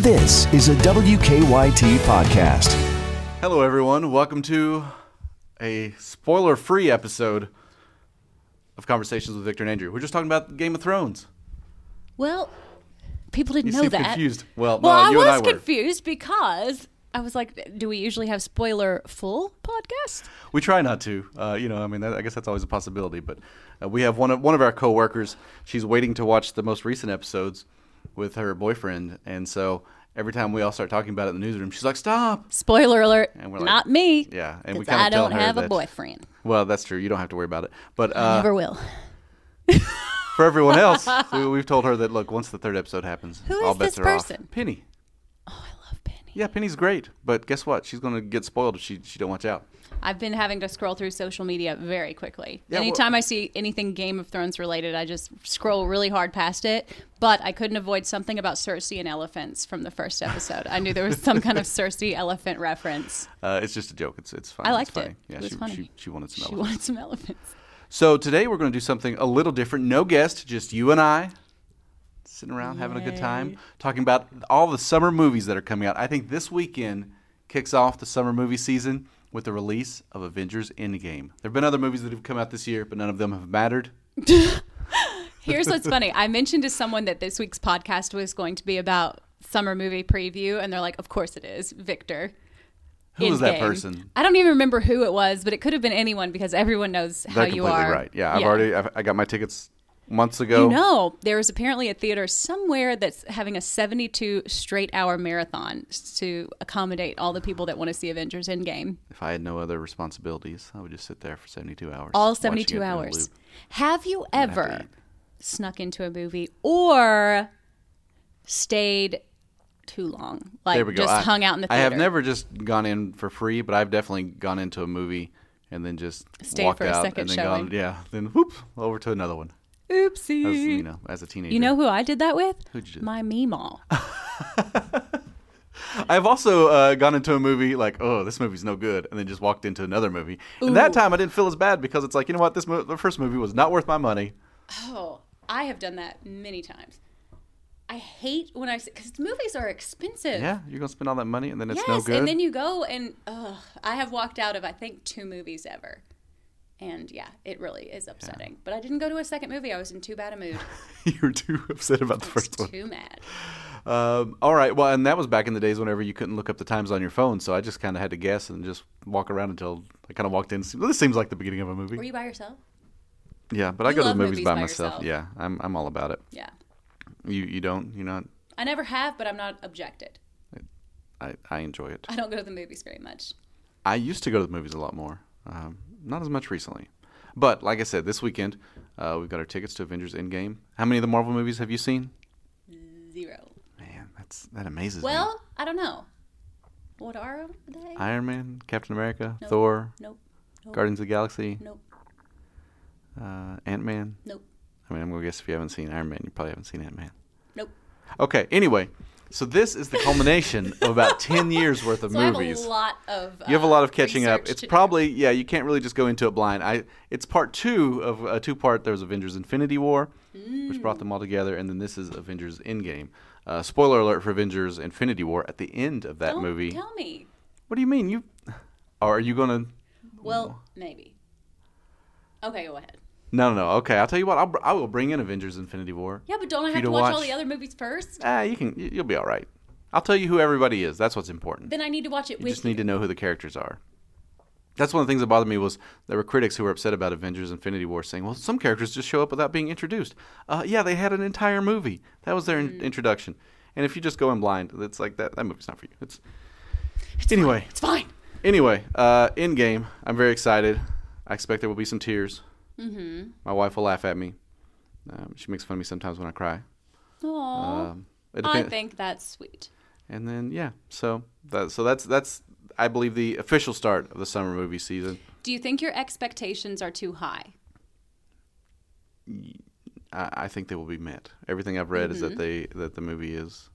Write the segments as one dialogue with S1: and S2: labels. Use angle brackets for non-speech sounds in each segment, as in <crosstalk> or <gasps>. S1: This is a WKYT podcast.
S2: Hello, everyone. Welcome to a spoiler free episode of Conversations with Victor and Andrew. We're just talking about Game of Thrones.
S3: Well, people didn't
S2: You
S3: know
S2: seem
S3: that.
S2: confused. Well,
S3: well,
S2: no,
S3: I
S2: you
S3: was
S2: and I were.
S3: confused because I was like, "Do we usually have spoiler full podcast?"
S2: We try not to. Uh, you know, I mean, that, I guess that's always a possibility. But uh, we have one of one of our coworkers. She's waiting to watch the most recent episodes with her boyfriend, and so every time we all start talking about it in the newsroom, she's like, "Stop!"
S3: Spoiler alert!
S2: And we're like-
S3: not me.
S2: Yeah, and we
S3: 'cause
S2: kinda
S3: I
S2: tell
S3: don't
S2: her
S3: have a
S2: that-
S3: boyfriend.
S2: Well, that's true. You don't have to worry about it. But uh,
S3: Never will.
S2: for everyone
S3: <laughs>
S2: else, we, we've told her that look, once the third episode happens,
S3: Who
S2: all
S3: is
S2: bets
S3: this
S2: are
S3: person? Oh,
S2: off. Penny.
S3: I love Penny.
S2: Yeah, Penny's great, but guess what? She's going to get spoiled if she she don't watch out.
S3: I've been having to scroll through social media very quickly.
S2: Yeah, well-
S3: Anytime I see anything Game of Thrones related, I just scroll really hard past it. But I couldn't avoid something about Cersei and elephants from the first episode. I knew there was
S2: <laughs>
S3: some kind of Cersei elephant reference.
S2: Uh, it's just a joke. It's it's fine.
S3: I
S2: it's
S3: liked
S2: funny.
S3: it.
S2: Yeah,
S3: It was
S2: she,
S3: funny.
S2: she she wanted some
S3: She
S2: elephants.
S3: wanted some elephants.
S2: So today we're going to do something a little different. No guest, just you and I sitting around having a good time talking about all the summer movies that are coming out. I think this weekend kicks off the summer movie season with the release of Avengers Endgame. There have been other movies that have come out this year, but none of them have mattered.
S3: Here's what's funny. I mentioned to someone that this week's podcast was going to be about summer movie preview, and they're like, "Of course it is, Victor."
S2: Who was that
S3: Endgame."
S2: person?
S3: I don't even remember who it was, but it could have been anyone because everyone knows how
S2: They're
S3: you
S2: completely
S3: are.
S2: right. Yeah, I've already Oh. I've, I got my tickets months ago.
S3: You know, there is apparently a theater somewhere that's having a 72 straight hour marathon to accommodate all the people that want to see Avengers Endgame.
S2: If I had no other responsibilities, I would just sit there for 72 hours.
S3: all
S2: watching it
S3: 72
S2: in a
S3: hours.
S2: loop.
S3: Have you
S2: have to
S3: ever
S2: eat.
S3: snuck into a movie or stayed too long? Like
S2: There we go.
S3: just
S2: I-
S3: hung out in the
S2: I
S3: theater.
S2: have never just gone in for free, but I've definitely gone into a movie and then just
S3: Stayed
S2: walked
S3: for a
S2: out
S3: second
S2: and then
S3: showing.
S2: gone, yeah, then whoop over to another one.
S3: Oopsie.
S2: As, you know, as a teenager,
S3: You know who I did that with?
S2: Who'd you do?
S3: My Meemaw.
S2: <laughs> I've also uh, gone into a movie like, oh, this movie's no good, and then just walked into another movie. And that time I didn't feel as bad because it's like, you know what, this mo- the first movie was not worth my money.
S3: oh, I have done that many times. I hate when I because movies are expensive.
S2: Yeah, you're gonna spend all that money and then it's
S3: yes,
S2: no good.
S3: and then you go and ugh, I have walked out of I think two movies ever, and yeah, it really is upsetting. But I didn't go to a second movie. I was in too bad
S2: <laughs>
S3: a mood.
S2: you were too <laughs> upset about the first one.
S3: too mad.
S2: Um, all right. Well, and that was back in the days whenever you couldn't look up the times on your phone, so I just kind of had to guess and just walk around until I kind of walked in. Well, This seems like the beginning of a movie.
S3: Were you by yourself?
S2: yeah, but I
S3: You
S2: go to the
S3: love
S2: movies
S3: movies
S2: by,
S3: by
S2: myself.
S3: yourself.
S2: Yeah, I'm I'm all about it.
S3: Yeah.
S2: You you don't you're not.
S3: I never have, but I'm not objected.
S2: I I enjoy it.
S3: I don't go to the movies very much.
S2: I used to go to the movies a lot more. Um, not as much recently, but like I said, this weekend uh, we've got our tickets to Avengers Endgame. How many of the Marvel movies have you seen?
S3: Zero.
S2: Man, that's that amazes me.
S3: Well, I don't know. What are they?
S2: Iron Man, Captain America, Thor,
S3: nope. Nope.
S2: Guardians of the Galaxy,
S3: Nope.
S2: uh, Ant Man.
S3: Nope.
S2: I mean, I'm gonna guess if you haven't seen Iron Man, you probably haven't seen Ant Man.
S3: Nope.
S2: Okay. Anyway, so this is the culmination of
S3: <laughs>
S2: about ten years worth of
S3: So
S2: movies.
S3: I have a lot of.
S2: you have a lot
S3: uh,
S2: of catching up.
S3: research
S2: It's
S3: to do.
S2: probably yeah. You can't really just go into it blind. I it's part two of a two part. There was Avengers: Infinity War, which brought
S3: Mm.
S2: them all together, and then this is Avengers: Endgame. Uh, spoiler alert for Avengers: Infinity War. At the end of that
S3: Don't
S2: movie,
S3: Tell me.
S2: what do you mean you? Are you gonna?
S3: Well, maybe. Okay, go ahead.
S2: No, no, no. Okay, I'll tell you what. I'll, br- I will bring in Avengers: Infinity War.
S3: Yeah, but don't I
S2: you
S3: have
S2: to
S3: to watch, all
S2: watch.
S3: the other movies first?
S2: Ah, you can. you- You'll be all right. I'll tell you who everybody is. That's what's important.
S3: Then I need to watch it
S2: You
S3: with.
S2: just need to know who the characters are. That's one of the things that bothered me was there were critics who were upset about Avengers: Infinity War, saying, "Well, some characters just show up without being introduced." Uh, yeah, they had an entire movie. That was their
S3: Mm.
S2: in- introduction. And if you just go in blind, it's like that. That movie's not for you. It's, anyway.
S3: It's fine.
S2: Anyway, uh, Endgame. I'm very excited. I expect there will be some tears. Mm-hmm. My wife will laugh at me. Um, she makes fun of me sometimes when I cry.
S3: Aww.
S2: Um, it
S3: Oh. I
S2: depen-
S3: think that's sweet.
S2: and then yeah, so that so that's that's I believe the official start of the summer movie season.
S3: Do you think your expectations are too high?
S2: I, I think they will be met. Everything I've read is that they
S3: Mm-hmm.
S2: that the movie is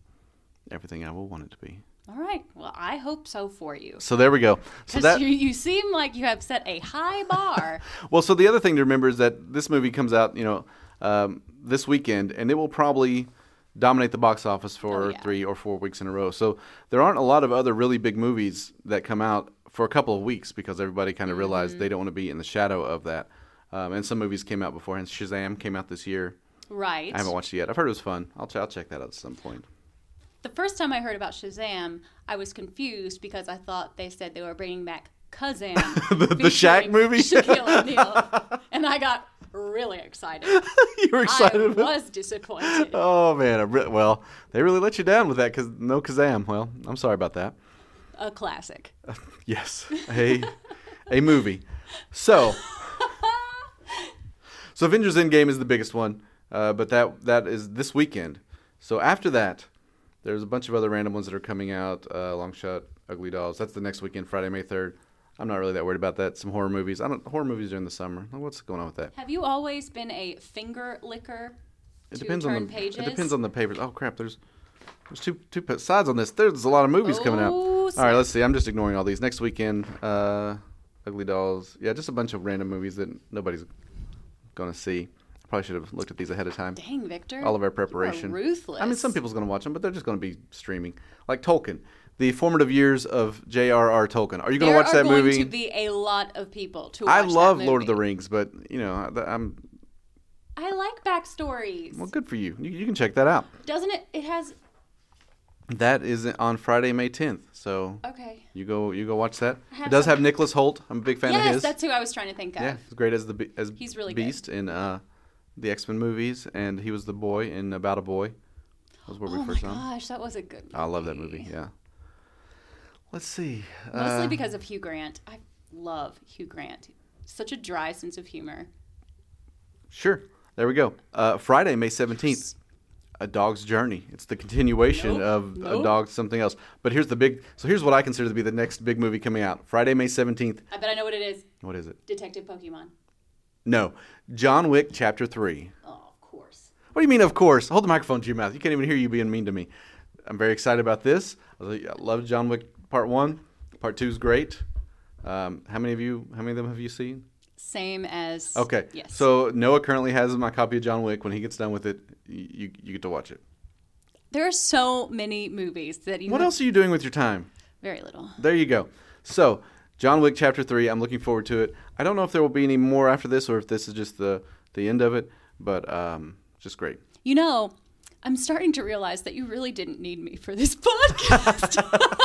S2: everything I will want it to be.
S3: All right. Well, I hope so for you.
S2: So there we go. So
S3: Because
S2: that
S3: you, you seem like you have set a high
S2: <laughs>
S3: bar.
S2: well, so the other thing to remember is that this movie comes out you know um, this weekend, and it will probably dominate the box office for
S3: Oh, yeah.
S2: three or four weeks in a row. So there aren't a lot of other really big movies that come out for a couple of weeks because everybody kind of realized
S3: Mm-hmm.
S2: they don't want to be in the shadow of that. Um, and some movies came out beforehand. Shazam came out this year.
S3: Right.
S2: I haven't watched it yet. I've heard it was fun. I'll, ch- I'll check that out at some
S3: <laughs>
S2: point. <laughs>
S3: The first time I heard about Shazam, I was confused because I thought they said they were bringing back Kazam,
S2: <laughs> The- the Shaq
S3: featuring
S2: movie? <laughs>
S3: Shaquille O'Neal, and I got really excited.
S2: you were <laughs> excited
S3: I
S2: about
S3: was disappointed.
S2: Oh man, I re- well, they really let you down with that because no Kazam. Well, I'm sorry about that. <laughs>
S3: A classic.
S2: Yes, a a movie. So, so Avengers Endgame is the biggest one, uh, but that that is this weekend. So after that, there's a bunch of other random ones that are coming out. Uh, Long Shot, Ugly Dolls. That's the next weekend, Friday, May third. I'm not really that worried about that. Some horror movies. I don't horror movies are in the summer. What's going on with that?
S3: Have you always been a finger licker?
S2: It
S3: to
S2: depends
S3: turn
S2: on the
S3: pages?
S2: it depends on the papers. Oh crap, there's there's two two p- sides on this. There's a lot of movies coming out.
S3: Oh,
S2: All right, let's see. I'm just ignoring all these. Next weekend, uh, Ugly Dolls. Yeah, just a bunch of random movies that nobody's gonna see. Probably should have looked at these ahead of time.
S3: Dang, Victor.
S2: All of our
S3: you are
S2: preparation.
S3: ruthless.
S2: I mean, some people's gonna watch them, but they're just gonna be streaming. Like Tolkien, the formative years of J.R.R. Tolkien. Are you gonna
S3: There
S2: watch
S3: are
S2: that
S3: going
S2: movie?
S3: to be a lot of people to.
S2: I
S3: watch that
S2: love Lord of the
S3: movie.
S2: Rings, but you know, I- I'm
S3: I like backstories.
S2: well. Good for you. You, you can check that out.
S3: Doesn't it? It has.
S2: That is on Friday, May 10th. So
S3: Okay.
S2: you go you go watch
S3: <laughs>
S2: that.
S3: have
S2: It does
S3: some-
S2: have Nicholas Holt. I'm a big fan of
S3: Yes,
S2: his.
S3: that's who I was trying to think of.
S2: yeah, he's great as the Be- as
S3: He's really good.
S2: Beast in uh, the X Men movies, and he was the boy in About a Boy. Was where
S3: Oh
S2: we
S3: my
S2: first saw him. Uh,
S3: gosh, that was a good. Movie.
S2: I love that movie. Yeah. Let's see.
S3: Mostly
S2: uh,
S3: because of Hugh Grant. I love Hugh Grant. Such a dry sense of humor.
S2: Sure. There we go. Uh, Friday, May 17th, A Dog's Journey. It's the continuation
S3: Nope.
S2: of A
S3: Nope.
S2: Dog's Something Else. But here's the big, so here's what I consider to be the next big movie coming out. Friday, May 17th.
S3: I bet I know what it is.
S2: What is it?
S3: Detective Pokemon.
S2: No. John Wick Chapter 3.
S3: Oh, of course.
S2: What do you mean, of course? Hold the microphone to your mouth. You can't even hear you being mean to me. I'm very excited about this. I was like, I love John Wick Part 1. Part 2 is great. Um, how many of you, how many of them have you seen?
S3: Same as.
S2: Okay.
S3: Yes.
S2: So Noah currently has my copy of John Wick. When he gets done with it, you, you get to watch it.
S3: there are so many movies that you.
S2: What
S3: have
S2: else are you doing with your time?
S3: Very little.
S2: There you go. So, John Wick Chapter 3, I'm looking forward to it. I don't know if there will be any more after this or if this is just the, the end of it, but um, just great.
S3: You know, I'm starting to realize that you really didn't need me for this <laughs> podcast.
S2: <laughs>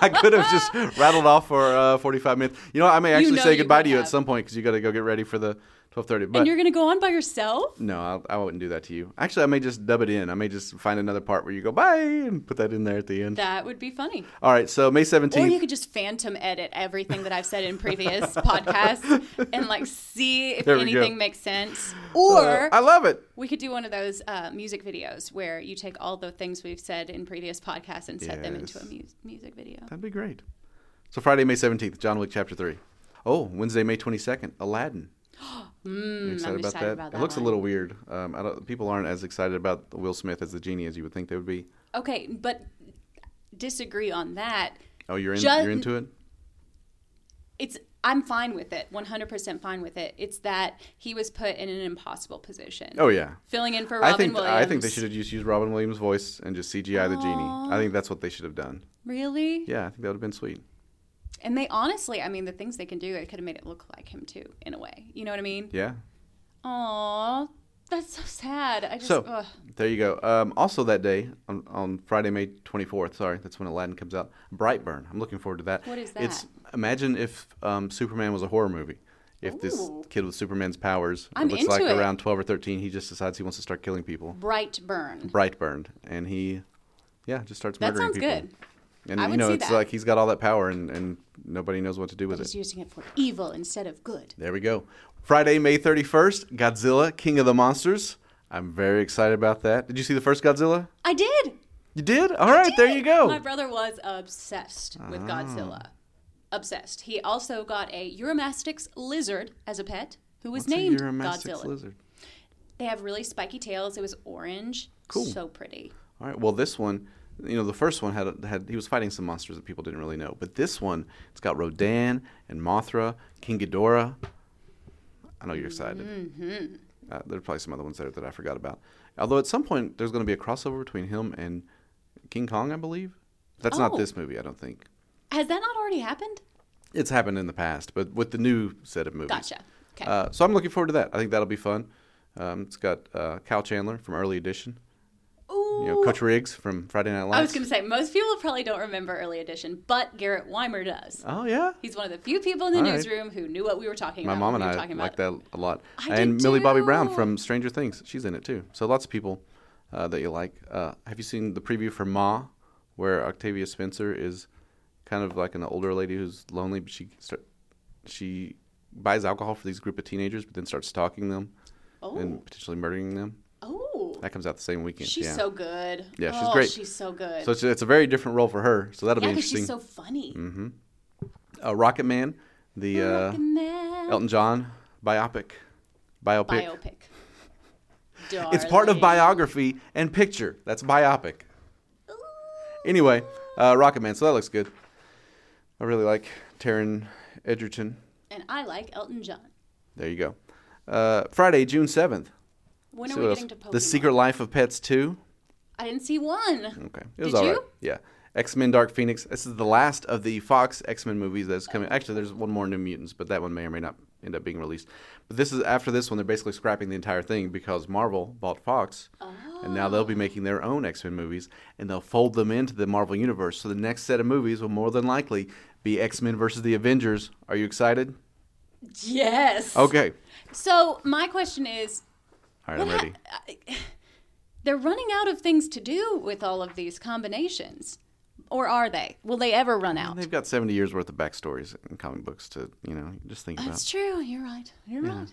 S2: I could have just rattled off for uh, 45 minutes. You know, I may actually
S3: know
S2: say
S3: you
S2: goodbye
S3: would
S2: to you at
S3: have.
S2: some point because you got to go get ready for the 12:30. But
S3: and you're going to go on by yourself?
S2: no, I, I wouldn't do that to you. Actually, I may just dub it in. I may just find another part where you go bye and put that in there at the end.
S3: That would be funny.
S2: All right, so May 17th.
S3: Or you could just phantom edit everything that I've said
S2: <laughs>
S3: in previous podcasts and like see if
S2: There we go.
S3: anything makes sense.
S2: Uh,
S3: Or
S2: I love it.
S3: we could do one of those uh, music videos where you take all the things we've said in previous podcasts and set them into a
S2: Yes.
S3: mu- music video.
S2: That'd be great. So Friday, May 17th, John Wick Chapter 3. Oh, Wednesday, May 22nd,
S3: <gasps>
S2: Aladdin. You
S3: Hmm, I'm excited about
S2: It
S3: that
S2: looks a
S3: one.
S2: little weird. Um, I don't, people aren't as excited about Will Smith as the genie as you would think they would be.
S3: Okay, but disagree on that.
S2: Oh, you're in,
S3: Ju-
S2: you're into it.
S3: It's I'm fine with it, 100% fine with it. It's that he was put in an impossible position.
S2: Oh yeah.
S3: Filling in for Robin
S2: I think
S3: Williams.
S2: I think they should have just used Robin Williams' voice and just CGI the genie. I think that's what they should have done.
S3: Really?
S2: Yeah, I think that would have been sweet.
S3: And they honestly, I mean, the things they can do, it could have made it look like him too, in a way. You know what I mean?
S2: Yeah.
S3: Aw, that's so sad. I just,
S2: So
S3: ugh.
S2: there you go. Um, also that day on, on Friday, May twenty fourth. Sorry, that's when Aladdin comes out. Brightburn. I'm looking forward to that.
S3: What is
S2: It's
S3: that?
S2: imagine if um, Superman was a horror movie. If this
S3: Ooh.
S2: kid with Superman's powers,
S3: I'm
S2: it looks like
S3: into it.
S2: around twelve or thirteen, he just decides he wants to start killing people.
S3: bright burn.
S2: Brightburn, and he, yeah, just starts
S3: That
S2: murdering
S3: sounds
S2: people.
S3: good.
S2: And
S3: I
S2: you
S3: would
S2: know,
S3: see
S2: it's
S3: that.
S2: like he's got all that power, and, and nobody knows what to do with it.
S3: He's using it for evil instead of good.
S2: There we go. Friday, May 31st, Godzilla, King of the Monsters. I'm very excited about that. Did you see the first Godzilla?
S3: I did.
S2: You did? All right, there you go. Ah.
S3: My brother was obsessed with Godzilla. Obsessed. He also got a Euromastix lizard as a pet who was
S2: What's a
S3: named
S2: Euromastix
S3: Godzilla.
S2: lizard?
S3: They have really spiky tails. It was orange.
S2: Cool.
S3: So pretty.
S2: All right. Well, this one, you know, the first one had had he was fighting some monsters that people didn't really know, but this one, it's got Rodan and Mothra, King
S3: Mm-hmm.
S2: Ghidorah. I know you're excited. Uh, there are probably some other ones there that I forgot about. Although at some point there's going to be a crossover between him and King Kong, I believe. That's
S3: Oh.
S2: not this movie, I don't think.
S3: Has that not already happened?
S2: It's happened in the past, but with the new set of movies.
S3: Gotcha. Okay.
S2: Uh, so I'm looking forward to that. I think that'll be fun. Um, it's got uh, Cal Chandler from Early Edition,
S3: Ooh.
S2: you know, Coach Riggs from Friday Night Lights.
S3: I was going to say, most people probably don't remember Early Edition, but Garrett Weimer does.
S2: Oh yeah,
S3: He's one of the few people in the
S2: All right.
S3: newsroom who knew what we were talking
S2: my
S3: about.
S2: mom
S3: when
S2: and
S3: we were
S2: I
S3: talking
S2: like
S3: about it.
S2: that a lot.
S3: I did
S2: and Millie Bobby Brown
S3: too.
S2: from Stranger Things, she's in it too. So lots of people uh, that you like. Uh, have you seen the preview for Ma, where Octavia Spencer is kind of like an older lady who's lonely, but she start, she buys alcohol for these group of teenagers, but then starts stalking them and potentially murdering them.
S3: Oh,
S2: That comes out the same weekend.
S3: she's
S2: yeah.
S3: so good.
S2: Yeah, she's
S3: oh,
S2: great.
S3: She's so good.
S2: So it's, it's a very different role for her. So that'll
S3: yeah,
S2: be
S3: because
S2: interesting. Mm-hmm.
S3: she's so funny.
S2: uh, Rocket Man, the uh,
S3: Fucking man.
S2: Elton John biopic. Biopic.
S3: Biopic.
S2: It's part of
S3: Darling.
S2: biography and picture. That's biopic. Anyway, uh, Rocket Man. So that looks good. I really like Taryn Edgerton.
S3: And I like Elton John.
S2: There you go. Uh, Friday, June seventh.
S3: When
S2: So
S3: are we
S2: what
S3: getting to
S2: else?
S3: Pokemon?
S2: the Secret Mm. Life of Pets two.
S3: I didn't see one.
S2: Okay. It was
S3: Did
S2: all
S3: you?
S2: right. Yeah. X Men Dark Phoenix. This is the last of the Fox X Men movies that's coming. Actually, there's one more New Mutants, but that one may or may not end up being released. But this is after this one, they're basically scrapping the entire thing because Marvel bought Fox. And now they'll be
S3: Oh.
S2: making their own X Men movies and they'll fold them into the Marvel Universe. So the next set of movies will more than likely be X Men versus the Avengers. Are you excited?
S3: Yes.
S2: Okay.
S3: So my question is,
S2: All right, I'm ready.
S3: they're running out of things to do with all of these combinations, or are they? Will they ever run out?
S2: They've got 70 years worth of backstories in comic books to, you know, just think about.
S3: That's true. You're right. You're right.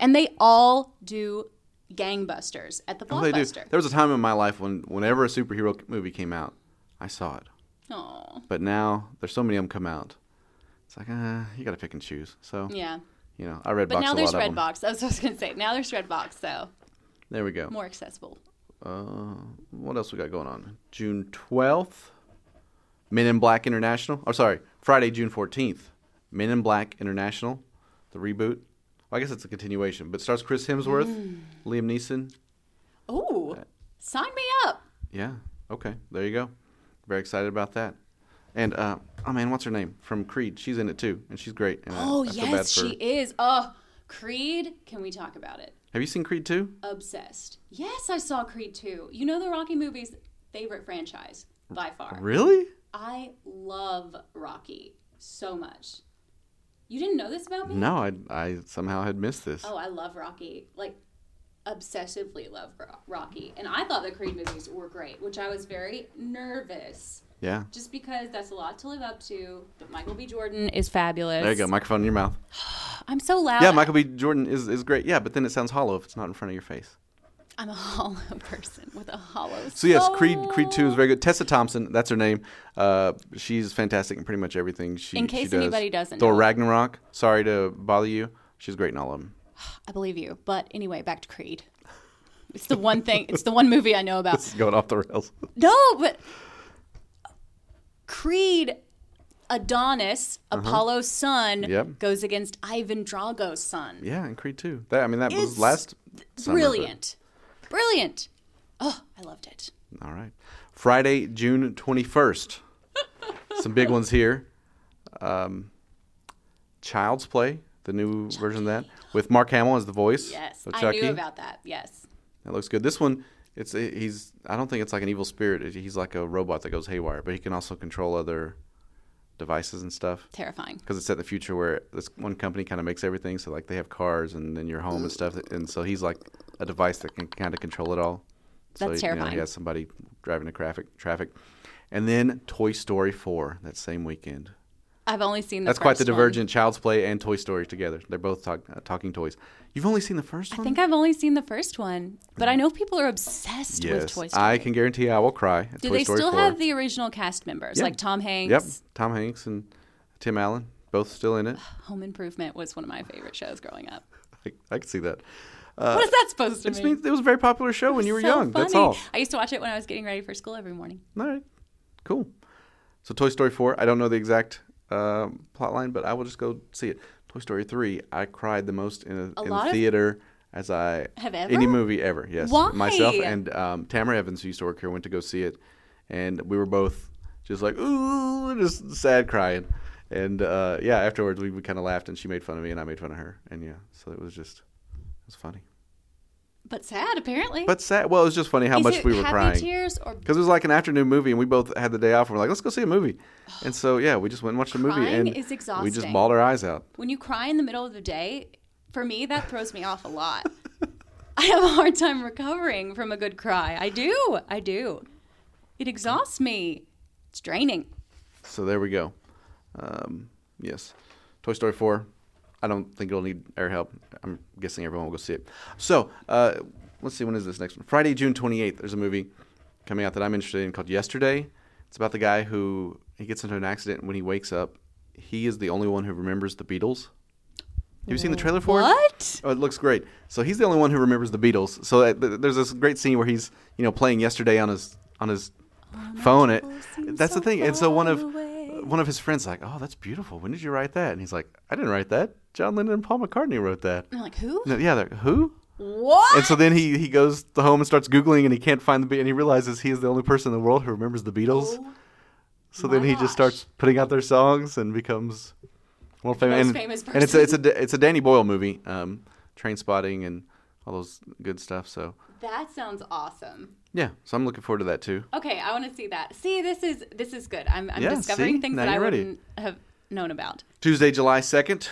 S3: And they all do gangbusters at the
S2: Oh, they do.
S3: blockbuster.
S2: There was a time in my life when whenever a superhero c- movie came out, I saw it.
S3: Oh,
S2: But now there's so many of them come out. It's like, uh, you got to pick and choose. So,
S3: yeah.
S2: you know, I read
S3: But
S2: box
S3: now
S2: a
S3: there's
S2: lot of them.
S3: Redbox. That's what I was gonna say. Now there's Redbox, so
S2: There we go.
S3: more accessible.
S2: Uh, what else we got going on? June 12th, Men in Black International. Oh, sorry, Friday, June 14th, Men in Black International, the reboot. Well, I guess it's a continuation, but it stars Chris Hemsworth,
S3: Mm.
S2: Liam Neeson.
S3: Ooh, sign me up.
S2: Yeah. Okay. There you go. Very excited about that. And uh, oh man, what's her name from Creed? She's in it too, and she's great. And I-
S3: Oh
S2: I feel bad
S3: yes,
S2: for-
S3: she is. Oh, Creed. Can we talk about it?
S2: Have you seen Creed two?
S3: Obsessed. Yes, I saw Creed too. You know the Rocky movies' favorite franchise by far.
S2: Really?
S3: I love Rocky so much. You didn't know this about me?
S2: No, I I somehow had missed this.
S3: Oh, I love Rocky. Like, obsessively love Ro- Rocky. And I thought the Creed movies were great, which I was very nervous
S2: Yeah.
S3: just because that's a lot to live up to. But Michael B. Jordan is fabulous.
S2: There you go. Microphone in your mouth.
S3: I'm so loud.
S2: Yeah, Michael B. Jordan is, is great. Yeah, but then it sounds hollow if it's not in front of your face.
S3: I'm a hollow <laughs> person with a hollow.
S2: So yes, Creed Creed two is very good. Tessa Thompson, that's her name. Uh, she's fantastic in pretty much everything she.
S3: In
S2: she
S3: case
S2: does.
S3: anybody doesn't
S2: Thor
S3: know.
S2: Ragnarok. Sorry to bother you. She's great in all of them.
S3: I believe you. But anyway, back to Creed. It's the one thing. It's the one movie I know about.
S2: Going off the rails.
S3: No, but Creed, Adonis, Apollo's son,
S2: Uh-huh. Yep.
S3: goes against Ivan Drago's son.
S2: Yeah, and Creed too. That I mean, that
S3: It's
S2: was last. summer, but-
S3: Brilliant. Brilliant. Oh, I loved it.
S2: all right, Friday, June twenty
S3: <laughs>
S2: first. Some big ones here. Um, Child's Play, the new version of that, with Mark Hamill as the voice.
S3: Yes.
S2: of
S3: I
S2: Chucky.
S3: knew about that. Yes.
S2: That looks good. This one, it's he's. I don't think it's like an evil spirit. He's like a robot that goes haywire, but he can also control other devices and stuff.
S3: Terrifying.
S2: because it's set in the future where this one company kind of makes everything. So like they have cars and then your
S3: Mm.
S2: home and stuff. And so he's like a device that can kind of control it all. so,
S3: That's
S2: you know,
S3: terrifying.
S2: he has somebody driving the traffic. Traffic, and then Toy Story four that same weekend.
S3: I've only seen the
S2: That's quite the
S3: first one.
S2: Divergent, Child's Play, and Toy Story together. They're both talk, uh, talking toys. You've only seen the first
S3: I
S2: one.
S3: think I've only seen the first one, but I know people are obsessed with
S2: yes,
S3: Toy Story.
S2: I can guarantee I will cry at
S3: Do
S2: Toy
S3: they
S2: Story
S3: still
S2: 4.
S3: have the original cast members
S2: Yeah.
S3: like Tom Hanks?
S2: Yep, Tom Hanks and Tim Allen both still in it.
S3: <sighs> Home Improvement was one of my favorite shows growing up.
S2: I, I can see that.
S3: what is that supposed to
S2: It just
S3: mean?
S2: Uh, means it was a very popular show when you were
S3: So
S2: young. That's
S3: funny.
S2: all.
S3: I used to watch it when I was getting ready for school every morning.
S2: All right, cool. So Toy Story four, I don't know the exact uh, um plot line, but I will just go see it. Toy Story three, I cried the most in a, in
S3: lot
S2: the
S3: of-
S2: theater as I
S3: Have
S2: any
S3: ever?
S2: movie ever. Yes,
S3: Why?
S2: myself and um, Tamara Evans, who used to work here, went to go see it, and we were both just like ooh, just sad crying. And uh, yeah, afterwards we, we kind of laughed, and she made fun of me, and I made fun of her, and yeah, so it was just it was funny,
S3: But sad, apparently.
S2: but sad. Well, it was just funny how
S3: Is
S2: much
S3: it
S2: we were
S3: happy
S2: crying.
S3: tears or
S2: Because it was like an afternoon movie, and we both had the day off, and we're like, let's go see a
S3: <gasps>
S2: movie. And so, yeah, we just went and watched a movie,
S3: Crying
S2: and
S3: is
S2: we just
S3: exhausting.
S2: bawled our eyes out.
S3: when you cry in the middle of the day, for me, that throws me off a lot. <laughs> I have a hard time recovering from a good cry. I do. I do. It exhausts me. It's draining.
S2: So there we go. Um, yes, Toy Story 4. I don't think it'll need air help. I'm guessing everyone will go see it. So uh, let's see, when is this next one? Friday, June 28th. There's a movie coming out that I'm interested in called Yesterday. It's about the guy who he gets into an accident, and when he wakes up, he is the only one who remembers the Beatles. Have you seen the trailer for it?
S3: What?
S2: <laughs> Oh, it looks great. So he's the only one who remembers the Beatles. So uh, th- there's this great scene where he's, you know, playing yesterday on his on his phone. It,
S3: seems
S2: that's the
S3: so
S2: thing. And so
S3: far
S2: one of
S3: away.
S2: one of his friends like, "Oh, that's beautiful. When did you write that?" And he's like, "I didn't write that. John Lennon and Paul McCartney wrote
S3: <laughs>
S2: that."
S3: I'm like, who?
S2: No, yeah, they're, who?
S3: What?
S2: And so then he he goes to home and starts googling, and he can't find the Be- and he realizes he is the only person in the world who remembers the Beatles. so then
S3: Oh my
S2: he
S3: gosh.
S2: just starts putting out their songs and becomes world famous.
S3: Most
S2: and,
S3: famous
S2: and it's a, it's a it's a Danny Boyle movie, um, Train Spotting and all those good stuff. So
S3: that sounds awesome.
S2: yeah, so I'm looking forward to that too.
S3: Okay, I want to see that. See, this is this is good. I'm, I'm
S2: Yeah,
S3: discovering
S2: see?
S3: things
S2: Now
S3: that I
S2: you're ready.
S3: wouldn't have known about.
S2: Tuesday, July second.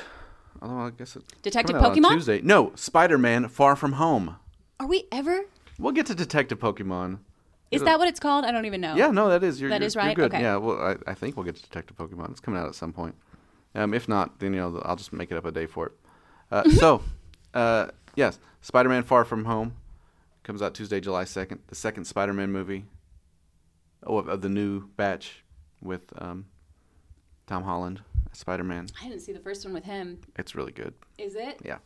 S2: Although I guess it's
S3: Detective
S2: coming out on
S3: Pokemon?
S2: Tuesday. No, Spider Man Far From Home.
S3: Are we ever?
S2: We'll get to Detective Pokemon.
S3: Is that what it's called? I don't even know.
S2: Yeah, no, that is. You're,
S3: That
S2: you're-
S3: is
S2: you're
S3: right?
S2: good.
S3: Okay.
S2: Yeah, well, I, I think we'll get to Detective Pokemon. It's coming out at some point. Um, if not, then you know I'll just make it up a day for it.
S3: <laughs>
S2: Uh, so, uh, yes, Spider-Man: Far From Home comes out Tuesday, July second. The second Spider-Man movie, oh, of, of the new batch with um, Tom Holland as Spider-Man.
S3: I didn't see the first one with him.
S2: It's really good.
S3: Is it?
S2: Yeah.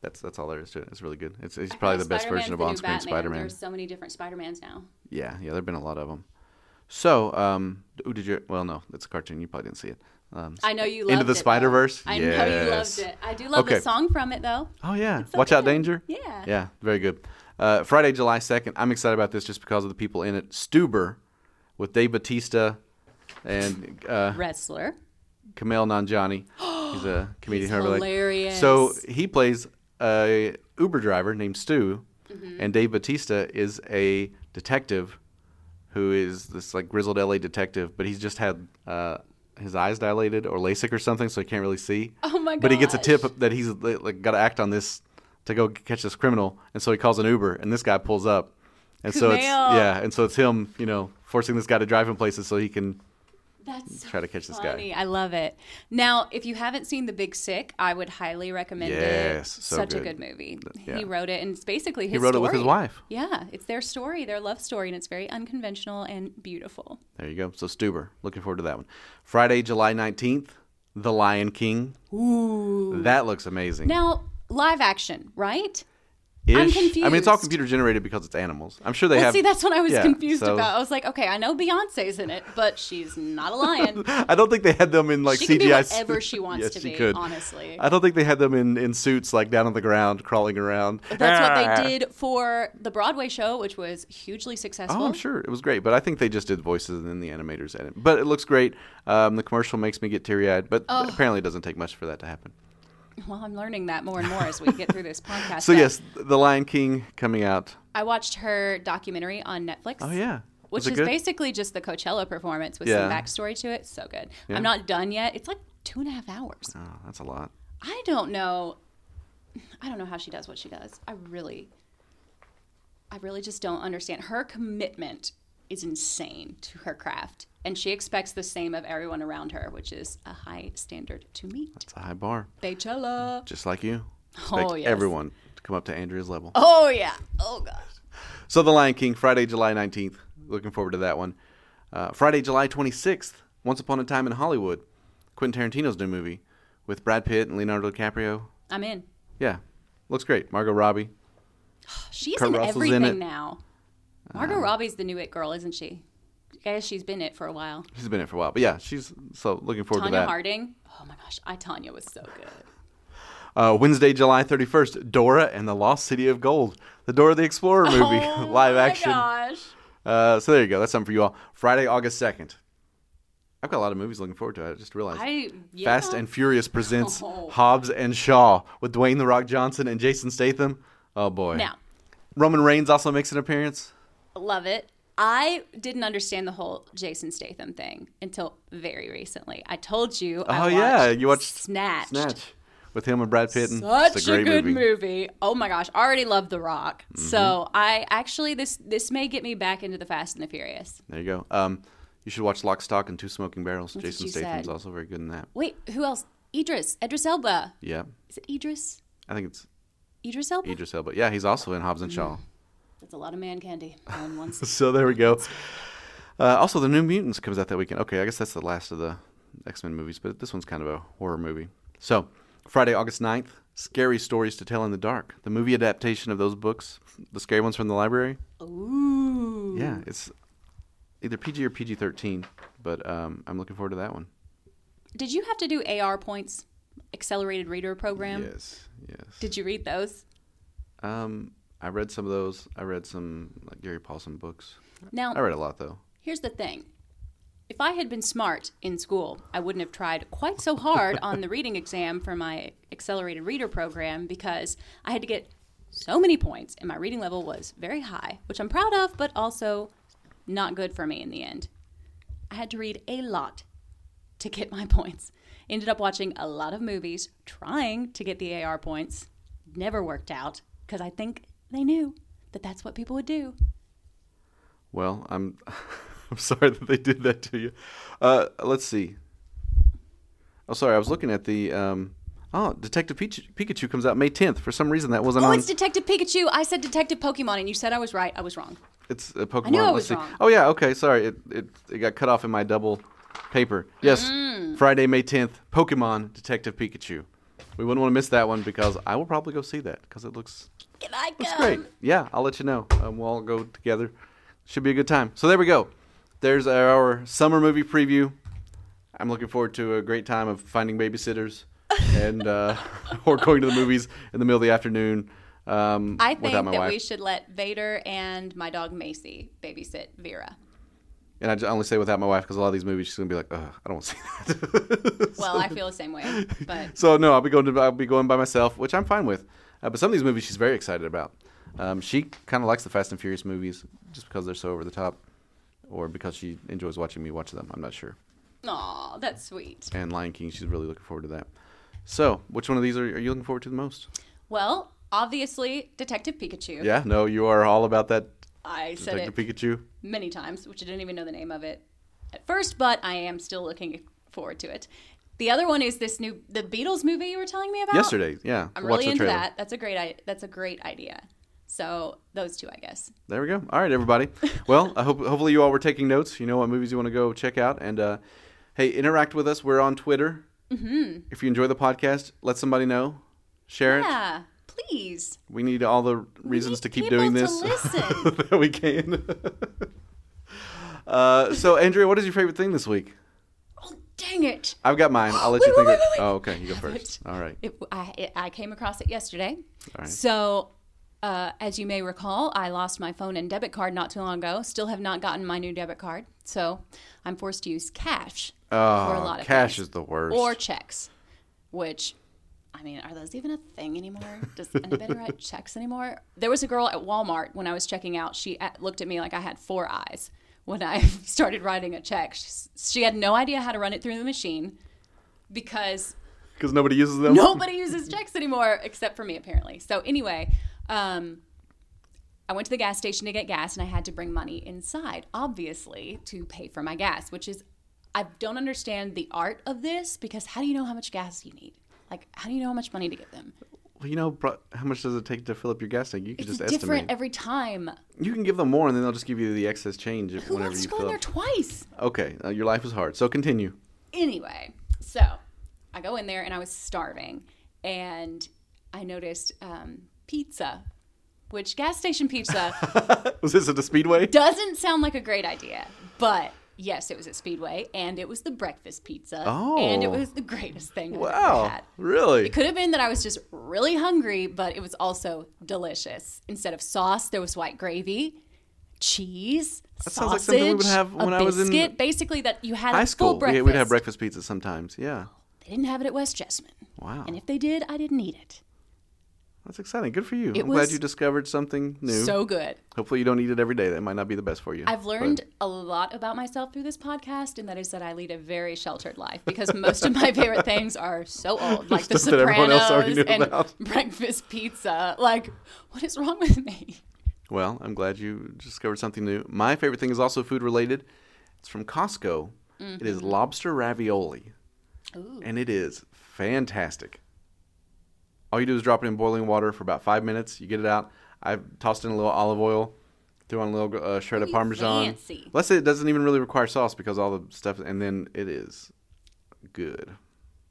S2: That's that's all there is to it. It's really good. It's, it's probably the
S3: feel
S2: best
S3: Spider-Man's
S2: version of
S3: the new
S2: on-screen
S3: Batman.
S2: Spider-Man.
S3: There's so many different Spider-Mans now.
S2: Yeah, yeah, there've been a lot of them. So, um, ooh, did you? Well, no, it's a cartoon. You probably didn't see it. Um,
S3: I know you loved
S2: Into the
S3: it, though.
S2: Spider-Verse?
S3: I know you
S2: Yes.
S3: loved it. I do love
S2: Okay.
S3: the song from it though.
S2: oh yeah,
S3: so
S2: Watch Out
S3: good.
S2: Danger.
S3: Yeah.
S2: yeah, very good. Uh, Friday, July second. I'm excited about this just because of the people in it. Stuber, with Dave Batista, and uh,
S3: Wrestler.
S2: Kamel
S3: <gasps>
S2: Nanjani. He's a comedian.
S3: He's
S2: who I really like.
S3: hilarious.
S2: So he plays a Uber driver named Stu,
S3: Mm-hmm.
S2: and Dave Batista is a detective who is this like grizzled LA detective, but he's just had uh, his eyes dilated or LASIK or something, so he can't really see.
S3: Oh my
S2: But he gets a
S3: gosh.
S2: tip that he's li- like got to act on this to go catch this criminal, and so he calls an Uber, and this guy pulls up, and so it's
S3: Kumail.
S2: yeah, and so it's him, you know, forcing this guy to drive him places so he can
S3: That's so
S2: Try to catch this guy.
S3: funny. I love it. Now, if you haven't seen The Big Sick, I would highly recommend it.
S2: Yes, so
S3: Such
S2: good.
S3: a good movie.
S2: yeah.
S3: He wrote it, and it's basically his
S2: he wrote it with his
S3: story.
S2: wife.
S3: Yeah, it's their story, their love story, and it's very unconventional and beautiful.
S2: There you go. So Stuber, looking forward to that one. Friday, July nineteenth, The Lion King. Ooh, that looks amazing.
S3: Now, live action, right?
S2: Ish.
S3: I'm
S2: I mean, it's all
S3: confused.
S2: computer generated because it's animals. I'm sure they
S3: Well,
S2: have.
S3: see, that's what I was
S2: yeah,
S3: confused
S2: so-
S3: about. I was like, okay, I know Beyonce's in it, but she's not a
S2: <laughs>
S3: lion.
S2: <laughs> I don't think they had them in like
S3: She
S2: CGI.
S3: can be
S2: suits.
S3: whatever she wants
S2: yes,
S3: to
S2: she
S3: be,
S2: could.
S3: honestly.
S2: I don't think they had them in, in suits like down on the ground, crawling around.
S3: That's
S2: Ah.
S3: what they did for the Broadway show, which was hugely successful.
S2: Oh, I'm sure it was great, but I think they just did voices and then the animators at it. But it looks great. Um, the commercial makes me get teary eyed, but
S3: Oh.
S2: apparently it doesn't take much for that to happen.
S3: Well, I'm learning that more and more as we get
S2: <laughs>
S3: through this podcast.
S2: So
S3: But
S2: yes, The Lion King coming out.
S3: I watched her documentary on Netflix.
S2: Oh yeah, Was
S3: Which
S2: it
S3: is
S2: good?
S3: basically just the Coachella performance with some
S2: Yeah.
S3: backstory to it. So good.
S2: Yeah.
S3: I'm not done yet. It's like two and a half hours.
S2: Oh, that's a lot.
S3: I don't know. I don't know how she does what she does. I really, I really just don't understand. Her commitment is insane to her craft, and she expects the same of everyone around her, which is a high standard to meet.
S2: It's a high bar,
S3: Coachella.
S2: just like you. Expect
S3: Oh, yes.
S2: everyone to come up to Andrea's level.
S3: Oh yeah. Oh gosh.
S2: So, The Lion King, Friday, July 19th. Looking forward to that one. Uh, Friday, July 26th, Once Upon a Time in Hollywood, Quentin Tarantino's new movie with Brad Pitt and Leonardo DiCaprio.
S3: I'm in.
S2: Yeah, looks great. Margot Robbie.
S3: She's
S2: Kurt
S3: in
S2: Russell's in
S3: everything
S2: it. Um,
S3: now. Margot Robbie's the new it girl, isn't she? I guess she's been it for a while.
S2: She's been in it for a while, but yeah, she's so looking forward to
S3: Tanya
S2: that.
S3: Harding. Oh my gosh, I Tanya was so good.
S2: Uh, Wednesday, July 31st, Dora and the Lost City of Gold, the Dora the Explorer movie,
S3: Oh
S2: <laughs> live
S3: my
S2: action.
S3: gosh.
S2: Uh, so there you go. That's something for you all. Friday, August 2nd. I've got a lot of movies looking forward to. I just realized.
S3: I yeah.
S2: Fast and Furious presents
S3: <laughs> Oh.
S2: Hobbs and Shaw with Dwayne The Rock Johnson and Jason Statham. Oh, boy.
S3: Now,
S2: Roman Reigns also makes an appearance.
S3: love it. I didn't understand the whole Jason Statham thing until very recently. I told you. I
S2: Oh,
S3: watched
S2: yeah, you watched
S3: Snatched.
S2: Snatch with him and Brad Pitt. And
S3: Such
S2: it's
S3: a,
S2: a, great
S3: good movie.
S2: movie. Mm-hmm.
S3: Oh my gosh, I already love The Rock. So I actually this this may get me back into the Fast and the Furious.
S2: There you go. Um, you should watch Lock, Stock, and Two Smoking Barrels.
S3: That's what
S2: Jason
S3: you
S2: Statham's
S3: said.
S2: also very good in that.
S3: Wait, who else? Idris, Idris Elba.
S2: Yeah,
S3: Is it Idris?
S2: I think it's
S3: Idris Elba.
S2: Idris Elba. Yeah, he's also in Hobbs and Shaw.
S3: That's a lot of man candy. all in
S2: <laughs>
S3: one
S2: So there we go. Uh, also, The New Mutants comes out that weekend. Okay, I guess that's the last of the X Men movies, but this one's kind of a horror movie. So, Friday, August 9th, Scary Stories to Tell in the Dark, the movie adaptation of those books, the scary ones from the library.
S3: Ooh.
S2: Yeah, it's either PG or PG 13, but um, I'm looking forward to that one.
S3: <laughs> Did you have to do AR points, accelerated reader program?
S2: Yes, yes.
S3: Um, Did you read those?
S2: Um, I read some of those. I read some like Gary Paulson books.
S3: Now,
S2: I read a lot though.
S3: here's the thing. If I had been smart in school, I wouldn't have tried quite so hard on the reading exam for my accelerated reader program because I had to get so many points and my reading level was very high, which I'm proud of, but also not good for me in the end. I had to read a lot to get my points. Ended up watching a lot of movies trying to get the AR points. Never worked out because I think they knew that that's what people would do.
S2: Well, I'm <laughs> I'm sorry that they did that to you. Uh, let's see. Oh, sorry. I was looking at the um. Oh, Detective Pikachu, Pikachu comes out May 10th. For some reason, that wasn't
S3: Oh,
S2: on.
S3: it's Detective Pikachu. I said Detective Pokemon, and you said I was right. I was wrong.
S2: It's a Pokemon.
S3: knew I
S2: Let's
S3: was
S2: see.
S3: wrong.
S2: Oh yeah, okay, sorry. It, it it got cut off in my double paper. Yes.
S3: Mm.
S2: Friday, May 10th, Pokemon Detective Pikachu. We wouldn't want to miss that one because I will probably go see that because it looks
S3: Can I
S2: That's
S3: come?
S2: great. Yeah, I'll let you know. Um, we'll all go together. Should be a good time. So there we go. There's our summer movie preview. I'm looking forward to a great time of finding
S3: <laughs>
S2: babysitters and uh, <laughs> or going to the movies in the middle of the afternoon um,
S3: I think
S2: without my
S3: that
S2: wife.
S3: we should let Vader and my dog Macy babysit Vera.
S2: And I j- only say without my wife because a lot of these movies she's gonna be like, Ugh, I don't want to see that.
S3: Well, I feel the same way,
S2: <laughs>
S3: but
S2: so no, I'll be going to I'll be going by myself, which I'm fine with. Uh, but some of these movies she's very excited about. Um, she kind of likes the Fast and Furious movies just because they're so over the top, or because she enjoys watching me watch them. I'm not sure.
S3: aw, that's sweet.
S2: And Lion King, she's really looking forward to that. So, which one of these are, are you looking forward to the most?
S3: Well, obviously Detective Pikachu.
S2: Yeah, no, you are all about that
S3: I said
S2: Detective
S3: it
S2: Pikachu.
S3: many times, which I didn't even know the name of it at first, but I am still looking forward to it. The other one is this new the Beatles movie you were telling me about
S2: Yesterday, yeah,
S3: I'm
S2: watch
S3: really
S2: the
S3: into
S2: trailer.
S3: that. That's a great i- that's a great idea. So those two, I guess.
S2: There we go. All right, everybody. Well, I hope hopefully you all were taking notes. You know what movies you want to go check out, and uh, hey, interact with us. We're on Twitter. Mm-hmm. If you enjoy the podcast, let somebody know. Share it.
S3: Yeah, please.
S2: We need all the reasons to keep
S3: people
S2: doing
S3: to
S2: this
S3: listen.
S2: <laughs> that we can. uh, so, Andrea, what is your favorite thing this week?
S3: Oh, dang it.
S2: I've got mine. I'll let
S3: Wait,
S2: you
S3: wait,
S2: think.
S3: wait,
S2: of-
S3: wait, wait.
S2: Oh, okay. You go first. All right.
S3: It, I, it, I came across it yesterday.
S2: right.
S3: So, uh, as you may recall, I lost my phone and debit card not too long ago. Still have not gotten my new debit card. So, I'm forced to use cash for a
S2: Oh,
S3: lot of
S2: cash
S3: things.
S2: is the worst. <laughs>
S3: Or checks, which. I mean, are those even a thing anymore? Does anybody write checks anymore? There was a girl at Walmart when I was checking out. She at, looked at me like I had four eyes when I <laughs> started writing a check. She, s- she had no idea how to run it through the machine because
S2: Because nobody uses them.
S3: Nobody uses checks anymore except for me, apparently. So anyway, um, I went to the gas station to get gas, and I had to bring money inside, obviously, to pay for my gas. Which is, I don't understand the art of this because how do you know how much gas you need? Like, how do you know how much money to give them?
S2: Well, you know, bro, how much does it take to fill up your gas tank? You can
S3: It's
S2: just
S3: different
S2: estimate.
S3: every time.
S2: You can give them more, and then they'll just give you the excess change if
S3: Who
S2: whenever
S3: wants
S2: you
S3: to go
S2: fill
S3: in there
S2: up.
S3: twice?
S2: okay, uh, your life is hard. So continue. <laughs>
S3: Anyway, so I go in there and I was starving, and I noticed um, pizza, which gas station pizza
S2: Was this at the speedway?
S3: doesn't sound like a great idea, but Yes, it was at Speedway, and it was the breakfast pizza.
S2: Oh.
S3: And it was the greatest thing I've ever
S2: Wow.
S3: had.
S2: Really?
S3: It could have been that I was just really hungry, but it was also delicious. Instead of sauce, there was white gravy, cheese,
S2: That sounds like
S3: sausage,
S2: something we would have when
S3: a
S2: I was in
S3: biscuit. Basically, that you had
S2: High
S3: a
S2: school,
S3: full breakfast. Oh.
S2: we, we'd have breakfast pizza sometimes. Yeah.
S3: They didn't have it at West Jessamine.
S2: Wow.
S3: And if they did, I didn't eat it.
S2: That's exciting. Good for you.
S3: It
S2: I'm glad
S3: was
S2: you discovered something new.
S3: So good.
S2: Hopefully, you don't eat it every day. That might not be the best for you.
S3: I've
S2: but-
S3: learned a lot about myself through this podcast, and that is that I lead a very sheltered life because most of my favorite things are
S2: <laughs>
S3: so old, like The
S2: Stuff that everyone else already
S3: Sopranos
S2: knew
S3: and
S2: about.
S3: <laughs> breakfast pizza. Like, what is wrong with me?
S2: Well, I'm glad you discovered something new. My favorite thing is also food related. It's from Costco. It
S3: Mm-hmm.
S2: is lobster ravioli. And it is fantastic. All you do is drop it in boiling water for about five minutes. You get it out. I tossed in a little olive oil, threw on a little uh, shred of
S3: Ooh,
S2: parmesan.
S3: fancy.
S2: Let's say it doesn't even really require sauce because all the stuff, and then it is good.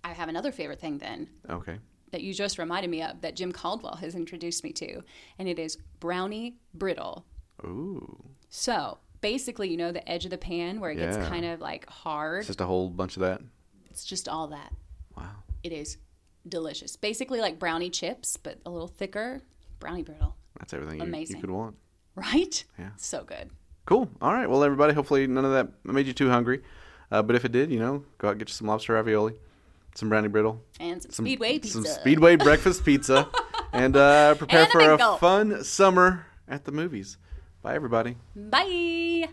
S3: I have another favorite thing then
S2: Okay.
S3: that you just reminded me of that Jim Caldwell has introduced me to, and it is brownie brittle.
S2: Ooh.
S3: So basically, you know, the edge of the pan where it
S2: Yeah.
S3: gets kind of like hard.
S2: It's just a whole bunch of that.
S3: It's just all that.
S2: Wow.
S3: It is delicious. Basically, like brownie chips, but a little thicker. Brownie brittle,
S2: That's everything you, you
S3: Amazing.
S2: could want.
S3: right?
S2: Yeah.
S3: So good.
S2: Cool. All right. Well, everybody, hopefully none of that made you too hungry. Uh, but if it did, you know, go out and get you some lobster ravioli, some brownie brittle,
S3: And some,
S2: some
S3: Speedway pizza.
S2: some Speedway breakfast
S3: <laughs>
S2: pizza, and uh, prepare
S3: And a
S2: for a
S3: bingo.
S2: fun summer at the movies. Bye, everybody.
S3: Bye.